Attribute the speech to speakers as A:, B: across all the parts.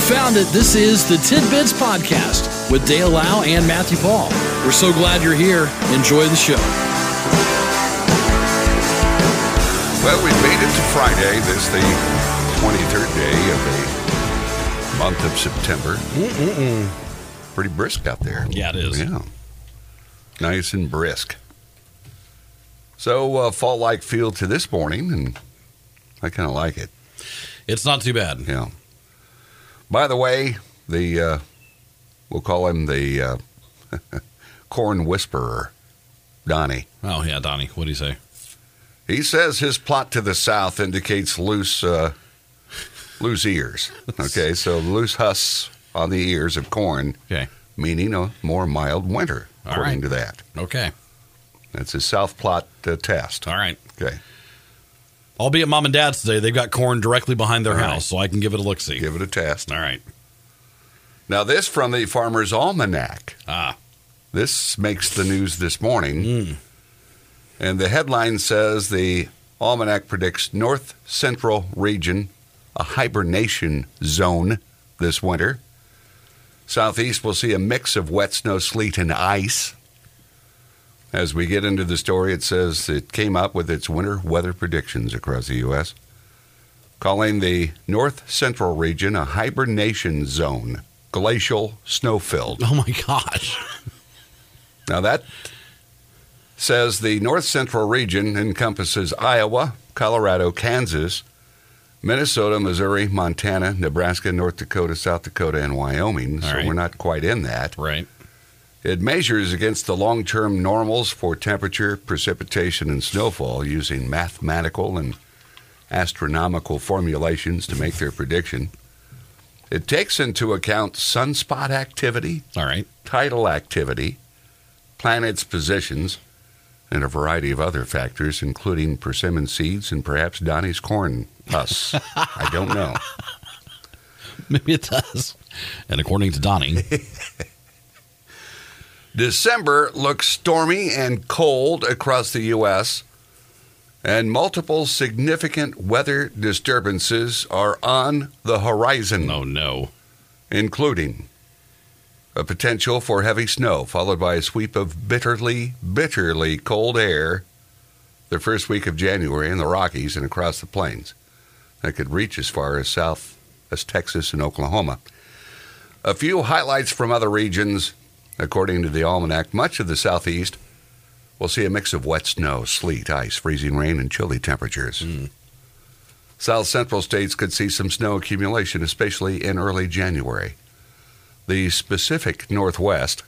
A: found it. This is the Tidbits Podcast with Dale Lau and Matthew Paul. We're so glad you're here. Enjoy the show.
B: Well, we made it to Friday. This the 23rd day of the month of September. Mm-mm-mm. Pretty brisk out there.
A: Yeah, it is.
B: Yeah. Nice and brisk. So, uh, fall like feel to this morning, and I kind of like it.
A: It's not too bad.
B: Yeah. By the way, the uh, we'll call him the uh, corn whisperer, Donnie.
A: Oh, yeah, Donnie. What do you say?
B: He says his plot to the south indicates loose uh, loose ears. Okay, so loose husks on the ears of corn,
A: Okay.
B: meaning a more mild winter,
A: All
B: according
A: right.
B: to that.
A: Okay.
B: That's his south plot uh, test.
A: All right.
B: Okay,
A: I'll be at mom and dad's today. They've got corn directly behind their
B: All right.
A: house, so I can give it a look see.
B: give it a test.
A: All right.
B: Now, this from the Farmer's Almanac.
A: Ah,
B: This makes the news this morning. And the headline says the almanac predicts North Central region a hibernation zone this winter. Southeast will see a mix of wet snow, sleet, and ice. As we get into the story, it says it came up with its winter weather predictions across the U.S., calling the North Central region a hibernation zone, glacial, snow filled.
A: oh my gosh.
B: Now that says the north central region encompasses Iowa, Colorado, Kansas, Minnesota, Missouri, Montana, Nebraska, North Dakota, South Dakota, and Wyoming.
A: All
B: so
A: right.
B: we're not quite in that.
A: Right.
B: It measures against the long term normals for temperature, precipitation, and snowfall using mathematical and astronomical formulations to make their prediction. It takes into account sunspot activity,
A: All right.
B: tidal activity, planets' positions, and a variety of other factors, including persimmon seeds and perhaps Donnie's corn husks. I don't know.
A: Maybe it does. And according to Donnie,
B: December looks stormy and cold across the U.S., and multiple significant weather disturbances are on the horizon.
A: oh no.
B: including a potential for heavy snow, followed by a sweep of bitterly, bitterly cold air the first week of January in the Rockies and across the plains that could reach as far as south as Texas and Oklahoma. A few highlights from other regions, according to the Almanac, much of the southeast will see a mix of wet snow, sleet, ice, freezing rain, and chilly temperatures. South central states could see some snow accumulation, especially in early January. The Pacific Northwest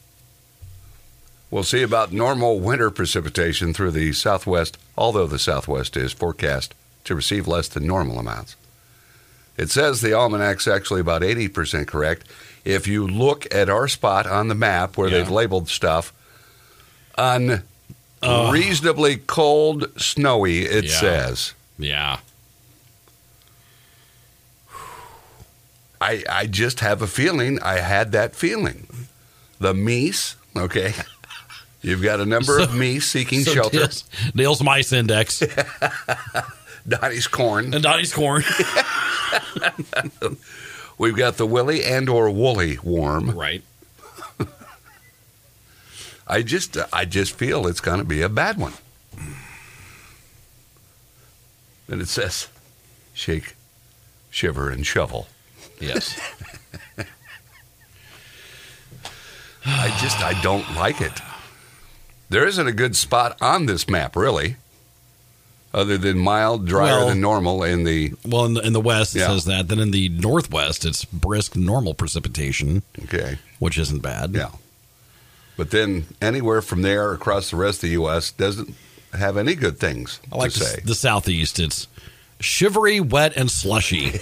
B: will see about normal winter precipitation through the southwest, although the southwest is forecast to receive less than normal amounts. It says the almanac's actually about 80% correct. If you look at our spot on the map where
A: Yeah.
B: they've labeled stuff, unreasonably cold, snowy, it
A: Yeah.
B: says.
A: Yeah.
B: I, I just have a feeling. I had that feeling. The meese, okay. You've got a number of meese seeking
A: So
B: shelter.
A: Dale's, Dale's mice index
B: Donnie's corn.
A: and Donnie's corn.
B: We've got the willy and or woolly worm.
A: right.
B: I just I just feel it's going to be a bad one. And it says, shake, shiver, and shovel.
A: Yes.
B: I just I don't like it. There isn't a good spot on this map really, other than mild, drier
A: Well-
B: than normal in the
A: Well, in the, in the west it
B: Yeah.
A: says that. Then in the northwest, it's brisk normal precipitation,
B: okay.
A: which isn't bad.
B: Yeah. But then anywhere from there across the rest of the U.S. doesn't have any good things
A: I like
B: to
A: the, s-
B: say.
A: the southeast. It's shivery, wet, and slushy.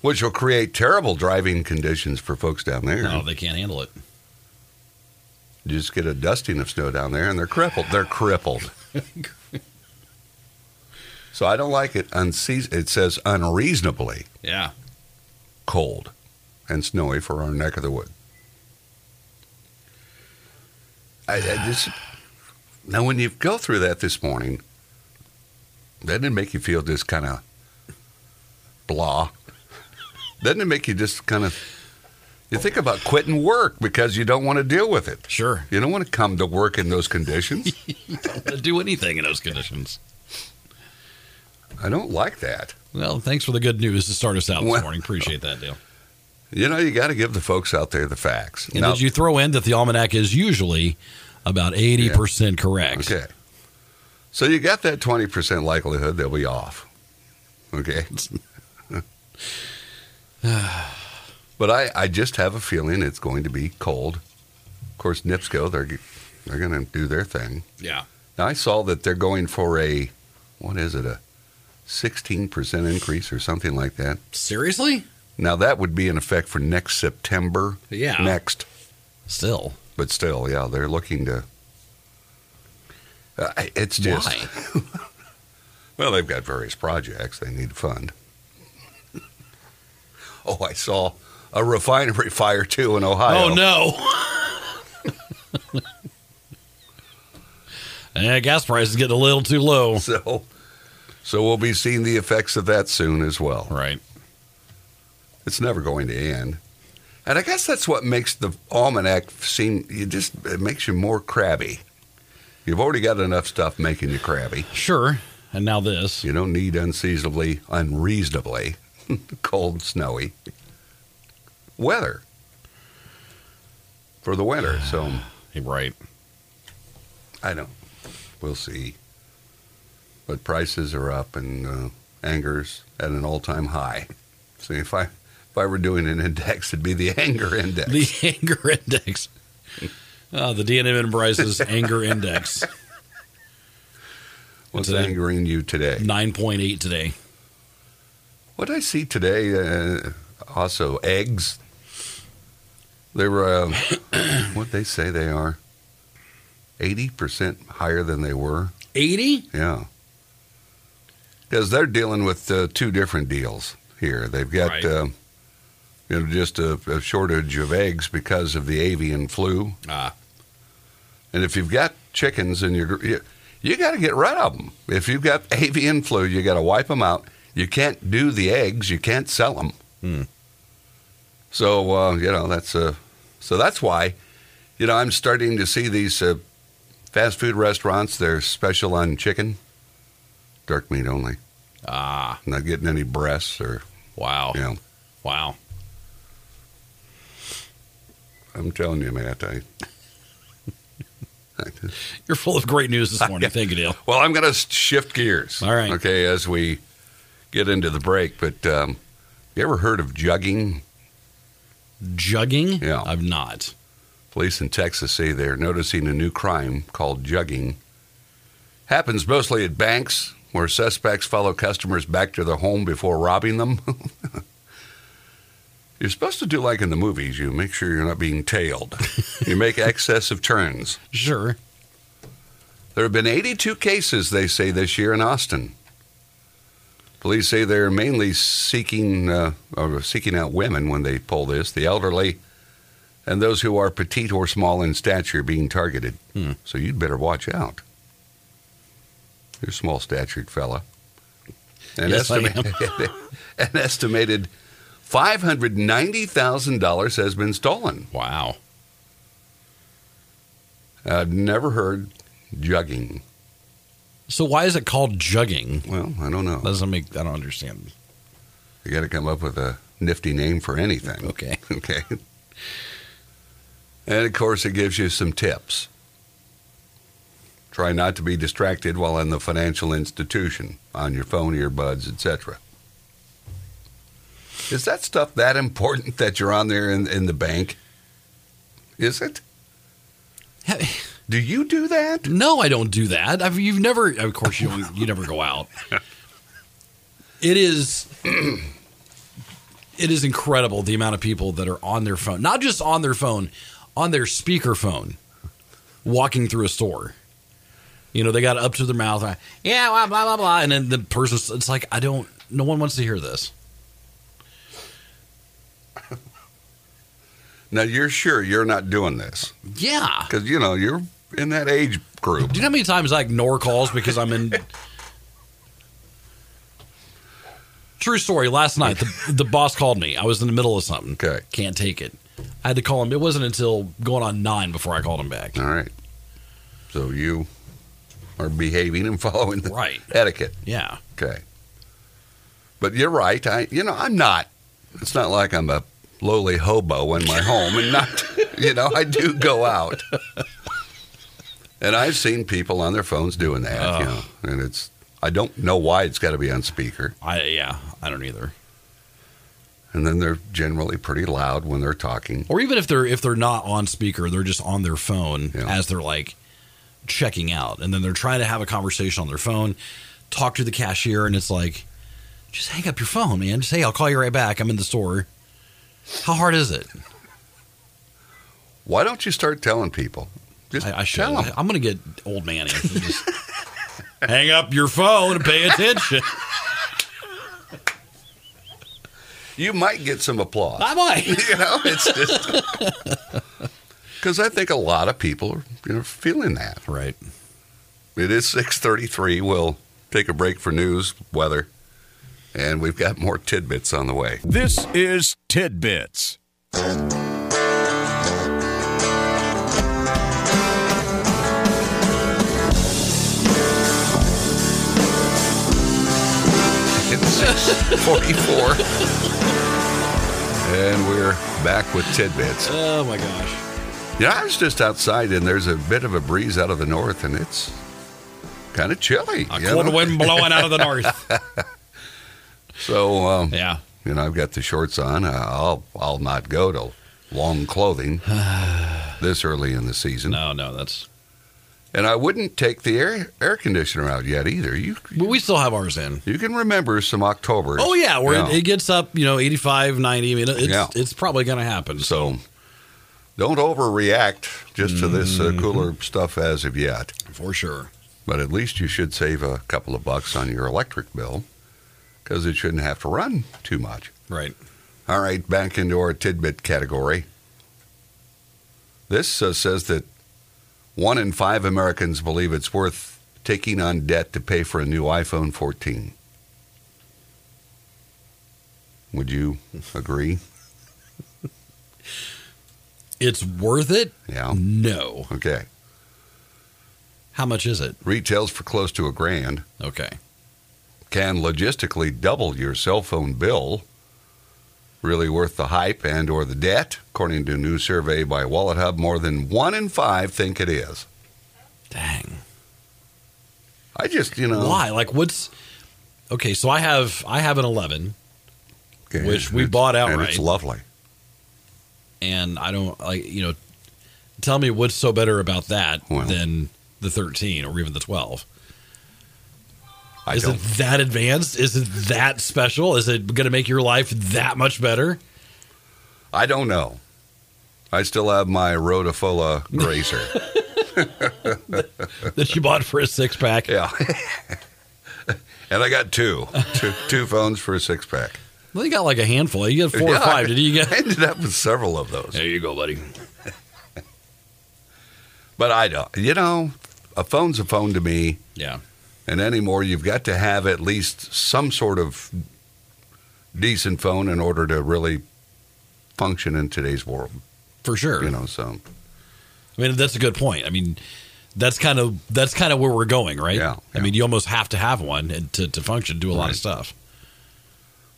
B: which will create terrible driving conditions for folks down there.
A: no, they can't handle it.
B: You just get a dusting of snow down there, and they're crippled. They're crippled. so I don't like it. Unseas- it says unreasonably
A: Yeah.
B: cold and snowy for our neck of the wood. I, I just now when you go through that this morning, that didn't make you feel just kind of blah. Doesn't it make you just kind of you think about quitting work because you don't want to deal with it?
A: Sure.
B: You don't want to come to work in those conditions.
A: To do anything in those conditions.
B: I don't like that.
A: Well, thanks for the good news to start us out this
B: Well-
A: morning. Appreciate that, Dale.
B: You know, you got to give the folks out there the facts.
A: And
B: Now-
A: did you throw in that the almanac is usually about 80% correct?
B: Okay. So you got that 20% likelihood they'll be off. Okay. but I, I just have a feeling it's going to be cold. Of course, NIPSCO, they're, they're going to do their thing.
A: Yeah.
B: Now, I saw that they're going for a, what is it, a 16% increase or something like that.
A: Seriously?
B: Now, that would be in effect for next September.
A: Yeah.
B: Next.
A: Still.
B: But still, yeah, they're looking to. Uh, it's just.
A: Why?
B: Well, they've got various projects they need to fund. oh, I saw a refinery fire too in Ohio.
A: Oh, no. Oh, and gas price is getting a little too low.
B: So, so we'll be seeing the effects of that soon as well.
A: Right.
B: It's never going to end. And I guess that's what makes the almanac seem. You just it makes you more crabby. You've already got enough stuff making you crabby.
A: Sure. And now this.
B: You don't need unseasonably, unreasonably cold, snowy weather for the winter. So.
A: Right.
B: I don't. We'll see. But prices are up, and uh, anger's at an all-time high. So if I if I were doing an index, it'd be the anger index.
A: The anger index. Oh, the DNM Enterprises anger index.
B: What's
A: today.
B: angering you today?
A: 9.8 today.
B: What I see today, uh, also eggs. They were uh, what they say they are. Eighty percent higher than they were.
A: 80?
B: Yeah. Because they're dealing with uh, two different deals here. They've got
A: Right.
B: um, you know just a, a shortage of eggs because of the avian flu,
A: Ah.
B: and if you've got chickens and you're you, you got to get rid of them. If you've got avian flu, you got to wipe them out. You can't do the eggs. You can't sell them.
A: Hmm.
B: So uh, you know that's uh, so that's why you know I'm starting to see these uh, fast food restaurants. They're special on chicken, dark meat only.
A: Ah.
B: not getting any breasts or
A: Wow.
B: you know
A: Wow.
B: i'm telling you matt i
A: You're full of great news this morning. Thank you, Dale.
B: well i'm gonna s- shift gears
A: All right.
B: okay as we get into the break but um you ever heard of jugging
A: Jugging?
B: Yeah.
A: I've not.
B: police in texas say they're noticing a new crime called jugging happens mostly at banks where suspects follow customers back to their home before robbing them you're supposed to do like in the movies you make sure you're not being tailed you make excessive turns
A: Sure.
B: There have been 82 cases, they say, this year in Austin. Police say they're mainly seeking uh, or seeking out women when they pull this, the elderly, and those who are petite or small in stature being targeted.
A: Hmm.
B: So you'd better watch out. You're a small-statured fella. An,
A: Yes, I am.
B: an estimated five hundred ninety thousand dollars has been stolen.
A: Wow.
B: I've never heard jugging.
A: So why is it called jugging?
B: Well, I don't know.
A: That doesn't make I don't understand.
B: You got to come up with a nifty name for anything.
A: Okay.
B: Okay. And of course, it gives you some tips. Try not to be distracted while in the financial institution, on your phone, earbuds, etc. Is that stuff that important that you're on there in, in the bank? Is it? Do you do that?
A: No, I don't do that. I've, you've never, of course, you don't- you never go out. It is, it is incredible the amount of people that are on their phone, not just on their phone, on their speakerphone, walking through a store. You know, they got up to their mouth. like, Yeah, blah blah blah blah, and then the person's. It's like I don't. No one wants to hear this.
B: Now, you're sure you're not doing this
A: Yeah.
B: because, you know, you're in that age group.
A: Do you know how many times I ignore calls because I'm in? True story. Last night, the, the boss called me. I was in the middle of something.
B: Okay.
A: Can't take it. I had to call him. It wasn't until going on nine before I called him back.
B: All right. So you are behaving and following the
A: Right.
B: etiquette.
A: Yeah.
B: Okay. But you're right. I, you know, I'm not. It's not like I'm a lowly hobo in my home, and not, you know, I do go out. And I've seen people on their phones doing that. you know, and it's I don't know why it's got to be on speaker.
A: I yeah. I don't either.
B: And then they're generally pretty loud when they're talking.
A: Or even if they're if they're not on speaker, they're just on their phone
B: Yeah.
A: as they're like checking out, and then they're trying to have a conversation on their phone, talk to the cashier, and it's like, just hang up your phone, man. Just hey, I'll call you right back. I'm in the store. How hard is it?
B: Why don't you start telling people? Just
A: I, I should.
B: tell them.
A: I'm going to get old man Anthony. Just hang up your phone and pay attention.
B: You might get some applause.
A: I might.
B: you know, it's just because I think a lot of people are you know feeling that.
A: Right.
B: It is six thirty-three. We'll take a break for news, weather, and we've got more tidbits on the way.
C: This is Tidbits.
B: It's six forty-four, and we're back with tidbits.
A: Oh my gosh.
B: Yeah, I was just outside, and there's a bit of a breeze out of the north, and it's kind of chilly.
A: A
B: you know?
A: cold wind blowing out of the north.
B: So um,
A: Yeah.
B: you know, I've got the shorts on. Uh, I'll I'll not go to long clothing this early in the season.
A: No, no, that's.
B: And I wouldn't take the air air conditioner out yet either. You
A: But we still have ours in.
B: you can remember some October.
A: Oh yeah, where It, it gets up, you know, 85, 90. I mean, it's
B: Yeah.
A: it's probably going to happen.
B: so don't overreact just to this uh,
A: Mm-hmm.
B: cooler stuff as of yet.
A: for sure.
B: But at least you should save a couple of bucks on your electric bill because it shouldn't have to run too much.
A: Right.
B: All right, back into our tidbit category. This uh, says that one in five Americans believe it's worth taking on debt to pay for a new iPhone 14. Would you agree?
A: It's worth it?
B: Yeah.
A: No.
B: Okay.
A: How much is it?
B: Retails for close to a grand.
A: Okay.
B: Can logistically double your cell phone bill. Really worth the hype and or the debt? According to a new survey by Wallet Hub, more than one in five think it is.
A: Dang.
B: I just, you know,
A: Why? Like what's Okay, so I have I have an 11
B: Okay.
A: Which we
B: It's-
A: bought
B: And
A: outright.
B: it's lovely.
A: and I don't like you know. Tell me what's so better about that
B: Well.
A: than the thirteen or even the twelve?
B: I
A: Is
B: don't.
A: it that advanced? Is it that special? Is it going to make your life that much better?
B: I don't know. I still have my Rotifola grazer.
A: That you bought for a six pack?
B: yeah. and I got two. two, two phones for a six pack.
A: Well, you got like a handful. You got four or
B: Yeah.
A: five. Did you
B: I
A: get?
B: ended up with several of those.
A: There you go, buddy.
B: But I don't. You know, a phone's a phone to me.
A: Yeah,
B: And anymore, you've got to have at least some sort of decent phone in order to really function in today's world.
A: for sure.
B: You know, so
A: I mean, that's a good point. I mean, that's kind of that's kind of where we're going, right?
B: Yeah,
A: I mean, you almost have to have one and to to function, do a lot
B: Right.
A: of stuff.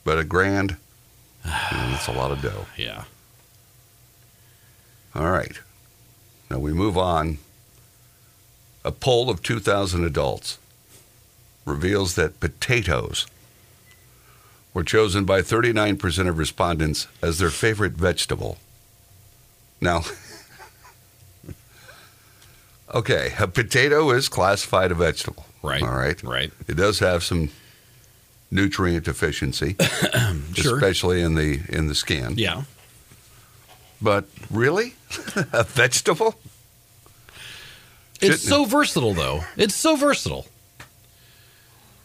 B: but a grand, you know, that's a lot of dough.
A: Yeah.
B: All right. Now we move on. A poll of 2,000 adults reveals that potatoes were chosen by 39% of respondents as their favorite vegetable. Now, okay, a potato is classified a vegetable.
A: Right.
B: All right.
A: Right.
B: It does have some nutrient deficiency,
A: Sure.
B: especially in the in the skin.
A: Yeah.
B: But really? a vegetable?
A: It's so versatile, though. It's so versatile.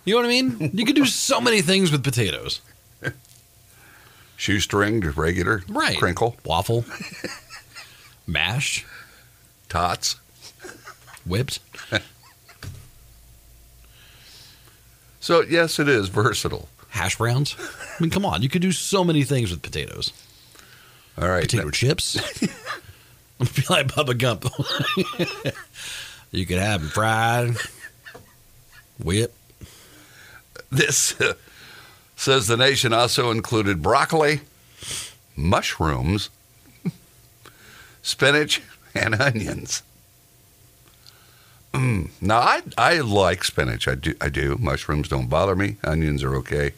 A: You know what I mean? You can do so many things with potatoes.
B: shoestring to regular
A: Right.
B: crinkle
A: Waffle, mash,
B: tots
A: whipped.
B: so yes it is versatile
A: How hash browns. I mean, come on, you could do so many things with potatoes.
B: All right.
A: Potato chips. I feel like Bubba Gump. you could have them fried, whip.
B: This uh, says the nation also included broccoli, mushrooms, spinach, and onions. Mm. Now I I like spinach. I do I do. Mushrooms don't bother me. Onions are okay.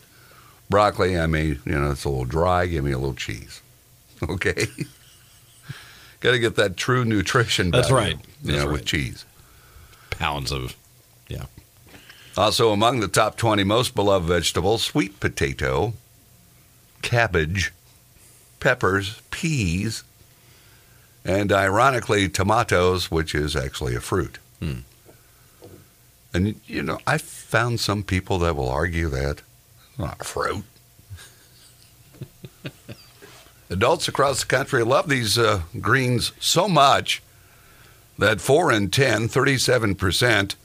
B: Broccoli, I mean, you know, it's a little dry. Give me a little cheese. Okay. Got to get that true nutrition.
A: That's
B: value,
A: right.
B: You know,
A: That's
B: with
A: right.
B: cheese.
A: Pounds of, yeah.
B: Also among the top 20 most beloved vegetables, sweet potato, cabbage, peppers, peas, and ironically, tomatoes, which is actually a fruit.
A: Hmm.
B: And, you know, I found some people that will argue that it's not a fruit. Adults across the country love these uh, greens so much that 4 in 10, 37%,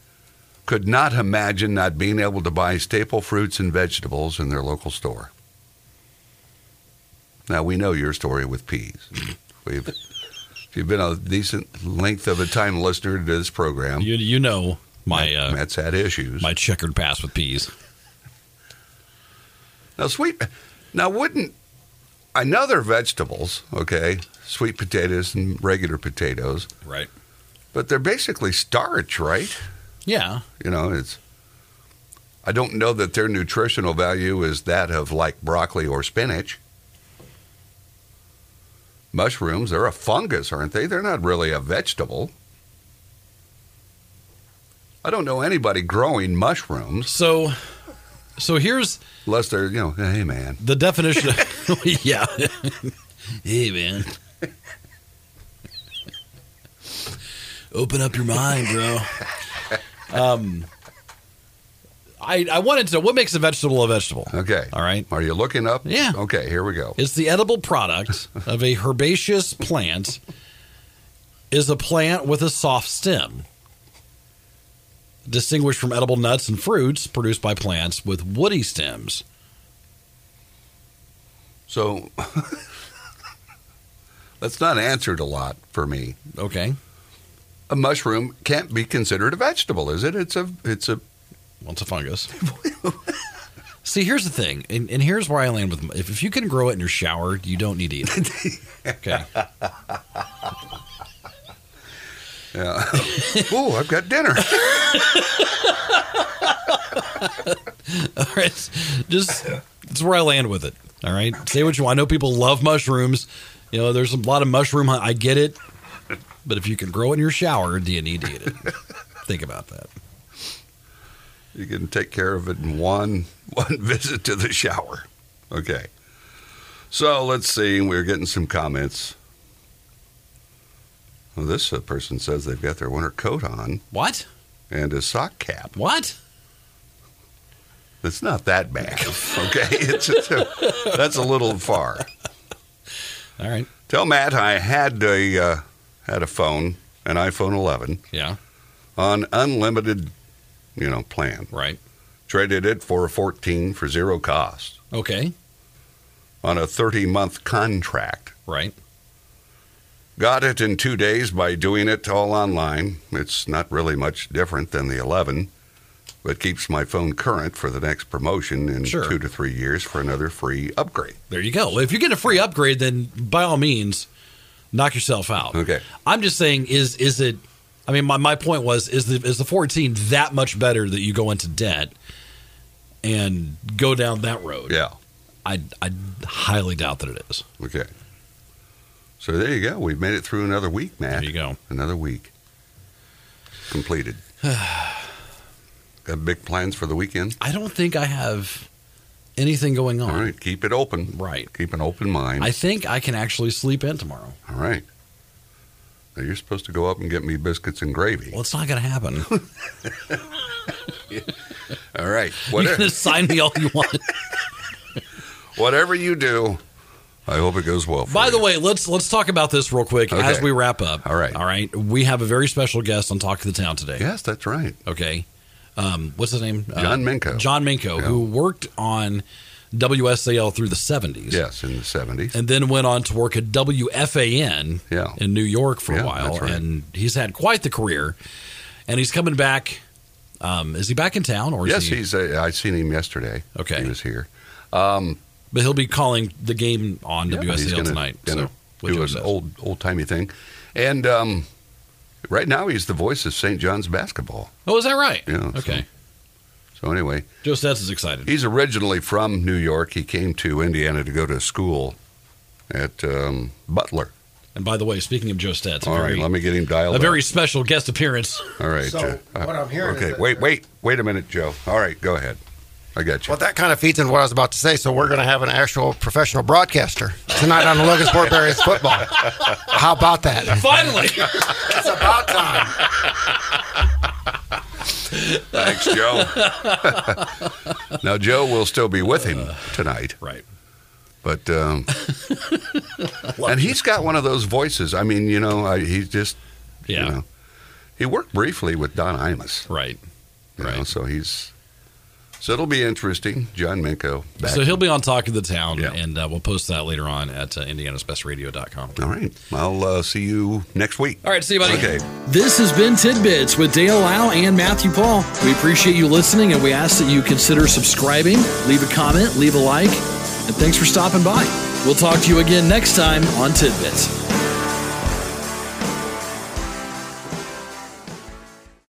B: could not imagine not being able to buy staple fruits and vegetables in their local store. Now we know your story with peas. We've, if you've been a decent length of a time listener to this program,
A: You you know my uh,
B: Matt's had issues.
A: my checkered past with peas.
B: now sweet, now wouldn't I know they're vegetables, okay, sweet potatoes and regular potatoes,
A: Right.
B: but they're basically starch, right?
A: Yeah.
B: You know, it's. I don't know that their nutritional value is that of like broccoli or spinach. Mushrooms, they're a fungus, aren't they? They're not really a vegetable. I don't know anybody growing mushrooms
A: So, so here's
B: unless they're, you know, hey man,
A: the definition. Of, yeah. hey man. Open up your mind, bro. Um, I I wanted to know what makes a vegetable a vegetable.
B: okay.
A: All right.
B: Are you looking up?
A: Yeah.
B: Okay, here we go.
A: It's the edible product of a herbaceous plant is a plant with a soft stem. Distinguished from edible nuts and fruits produced by plants with woody stems.
B: So that's not answered a lot for me.
A: Okay.
B: A mushroom can't be considered a vegetable, is it? It's a it's a
A: Well, it's a fungus. See, here's the thing, and, and here's where I land with if, if you can grow it in your shower, you don't need to eat it. Okay.
B: Yeah. oh, I've got dinner.
A: All right. Just that's where I land with it. All right. Say what you want. I know people love mushrooms. You know, there's a lot of mushroom. hunt. I get it. But if you can grow it in your shower, do you need to eat it? Think about that.
B: You can take care of it in one one visit to the shower. Okay. So let's see. We're getting some comments. Well, this uh, person says they've got their winter coat on
A: What?
B: and a sock cap.
A: What?
B: It's not that bad. Okay, it's, it's a, that's a little far.
A: All right.
B: Tell Matt I had a uh, had a phone, an iPhone 11
A: Yeah.
B: on unlimited, you know, plan.
A: Right.
B: Traded it for a 14 for zero cost.
A: Okay.
B: on a 30 month contract.
A: Right.
B: Got it in two days by doing it all online. It's not really much different than the 11, but keeps my phone current for the next promotion in
A: Sure.
B: two to three years for another free upgrade.
A: There you go. Well, if you get a free upgrade, then by all means, knock yourself out.
B: Okay.
A: I'm just saying, is is it? I mean, my, my point was, is the is the 14 that much better that you go into debt and go down that road?
B: Yeah.
A: I, I highly doubt that it is.
B: Okay. So there you go. We've made it through another week, Matt.
A: There you go.
B: Another week completed. Got big plans for the weekend?
A: I don't think I have anything going on.
B: All right. Keep it open.
A: Right.
B: Keep an open mind.
A: Oh. I think I can actually sleep in tomorrow.
B: All right. Now you're supposed to go up and get me biscuits and gravy.
A: Well, it's not going to happen.
B: All right. e-,
A: you can
B: Whatever,
A: assign me all you want.
B: whatever you do, I hope it goes well. For
A: By the
B: you.
A: way, let's let's talk about this real quick
B: Okay.
A: as we wrap up.
B: All right.
A: All right. We have a very special guest on Talk of the Town today.
B: yes, that's right.
A: Okay. Um, what's his name?
B: John Minko.
A: John Minko,
B: Yeah.
A: who worked on WSAL through the 70s.
B: Yes, in the 70s.
A: And then went on to work at WFAN
B: Yeah.
A: in New York for
B: Yeah,
A: a while.
B: that's right.
A: And he's had quite the career. And he's coming back. Um, is he back in town? Or is
B: Yes,
A: he,
B: he's. Uh, I seen him yesterday.
A: Okay.
B: he was here.
A: But he'll be calling the game on
B: he's
A: WSAL
B: gonna-
A: tonight.
B: gonna
A: so we'll
B: do
A: what
B: his
A: he does.
B: old old timey thing, and um, right now he's the voice of St. John's basketball.
A: Oh, is that right?
B: Yeah, so-
A: Okay.
B: So anyway,
A: Joe Stets is excited.
B: He's originally from New York. He came to Indiana to go to school at um, Butler.
A: and by the way, speaking of Joe Stets, a
B: All right,
A: very,
B: let me get him dialed.
A: a
B: up.
A: very special guest appearance.
B: All right.
D: So,
B: uh,
D: what I'm hearing is
B: Okay,
D: that-
B: wait, wait, wait a minute, Joe. All right, go ahead. I got you.
D: Well, that kind of feeds into what I was about to say. So we're going to have an actual professional broadcaster tonight on the Logan Sport Barriers football. How about that?
A: Finally.
D: It's about time.
B: Thanks, Joe. now, Joe will still be with him tonight,
A: right.
B: but um, and he's got one of those voices. I mean, you know, I, he's just
A: Yeah.
B: you know, he worked briefly with Don Imus.
A: Right.
B: You
A: Right.
B: know, so he's so it'll be interesting. John Minko. Back.
A: So he'll be on Talk of the Town,
B: Yeah.
A: and uh, we'll post that later on at uh, indianasbestradio.com.
B: All right. I'll uh, see you next week.
A: All right, see you, buddy.
B: Okay.
E: This has been Tidbits with Dale Lau and Matthew Paul. We appreciate you listening and we ask that you consider subscribing, leave a comment, leave a like, and thanks for stopping by. We'll talk to you again next time on Tidbits.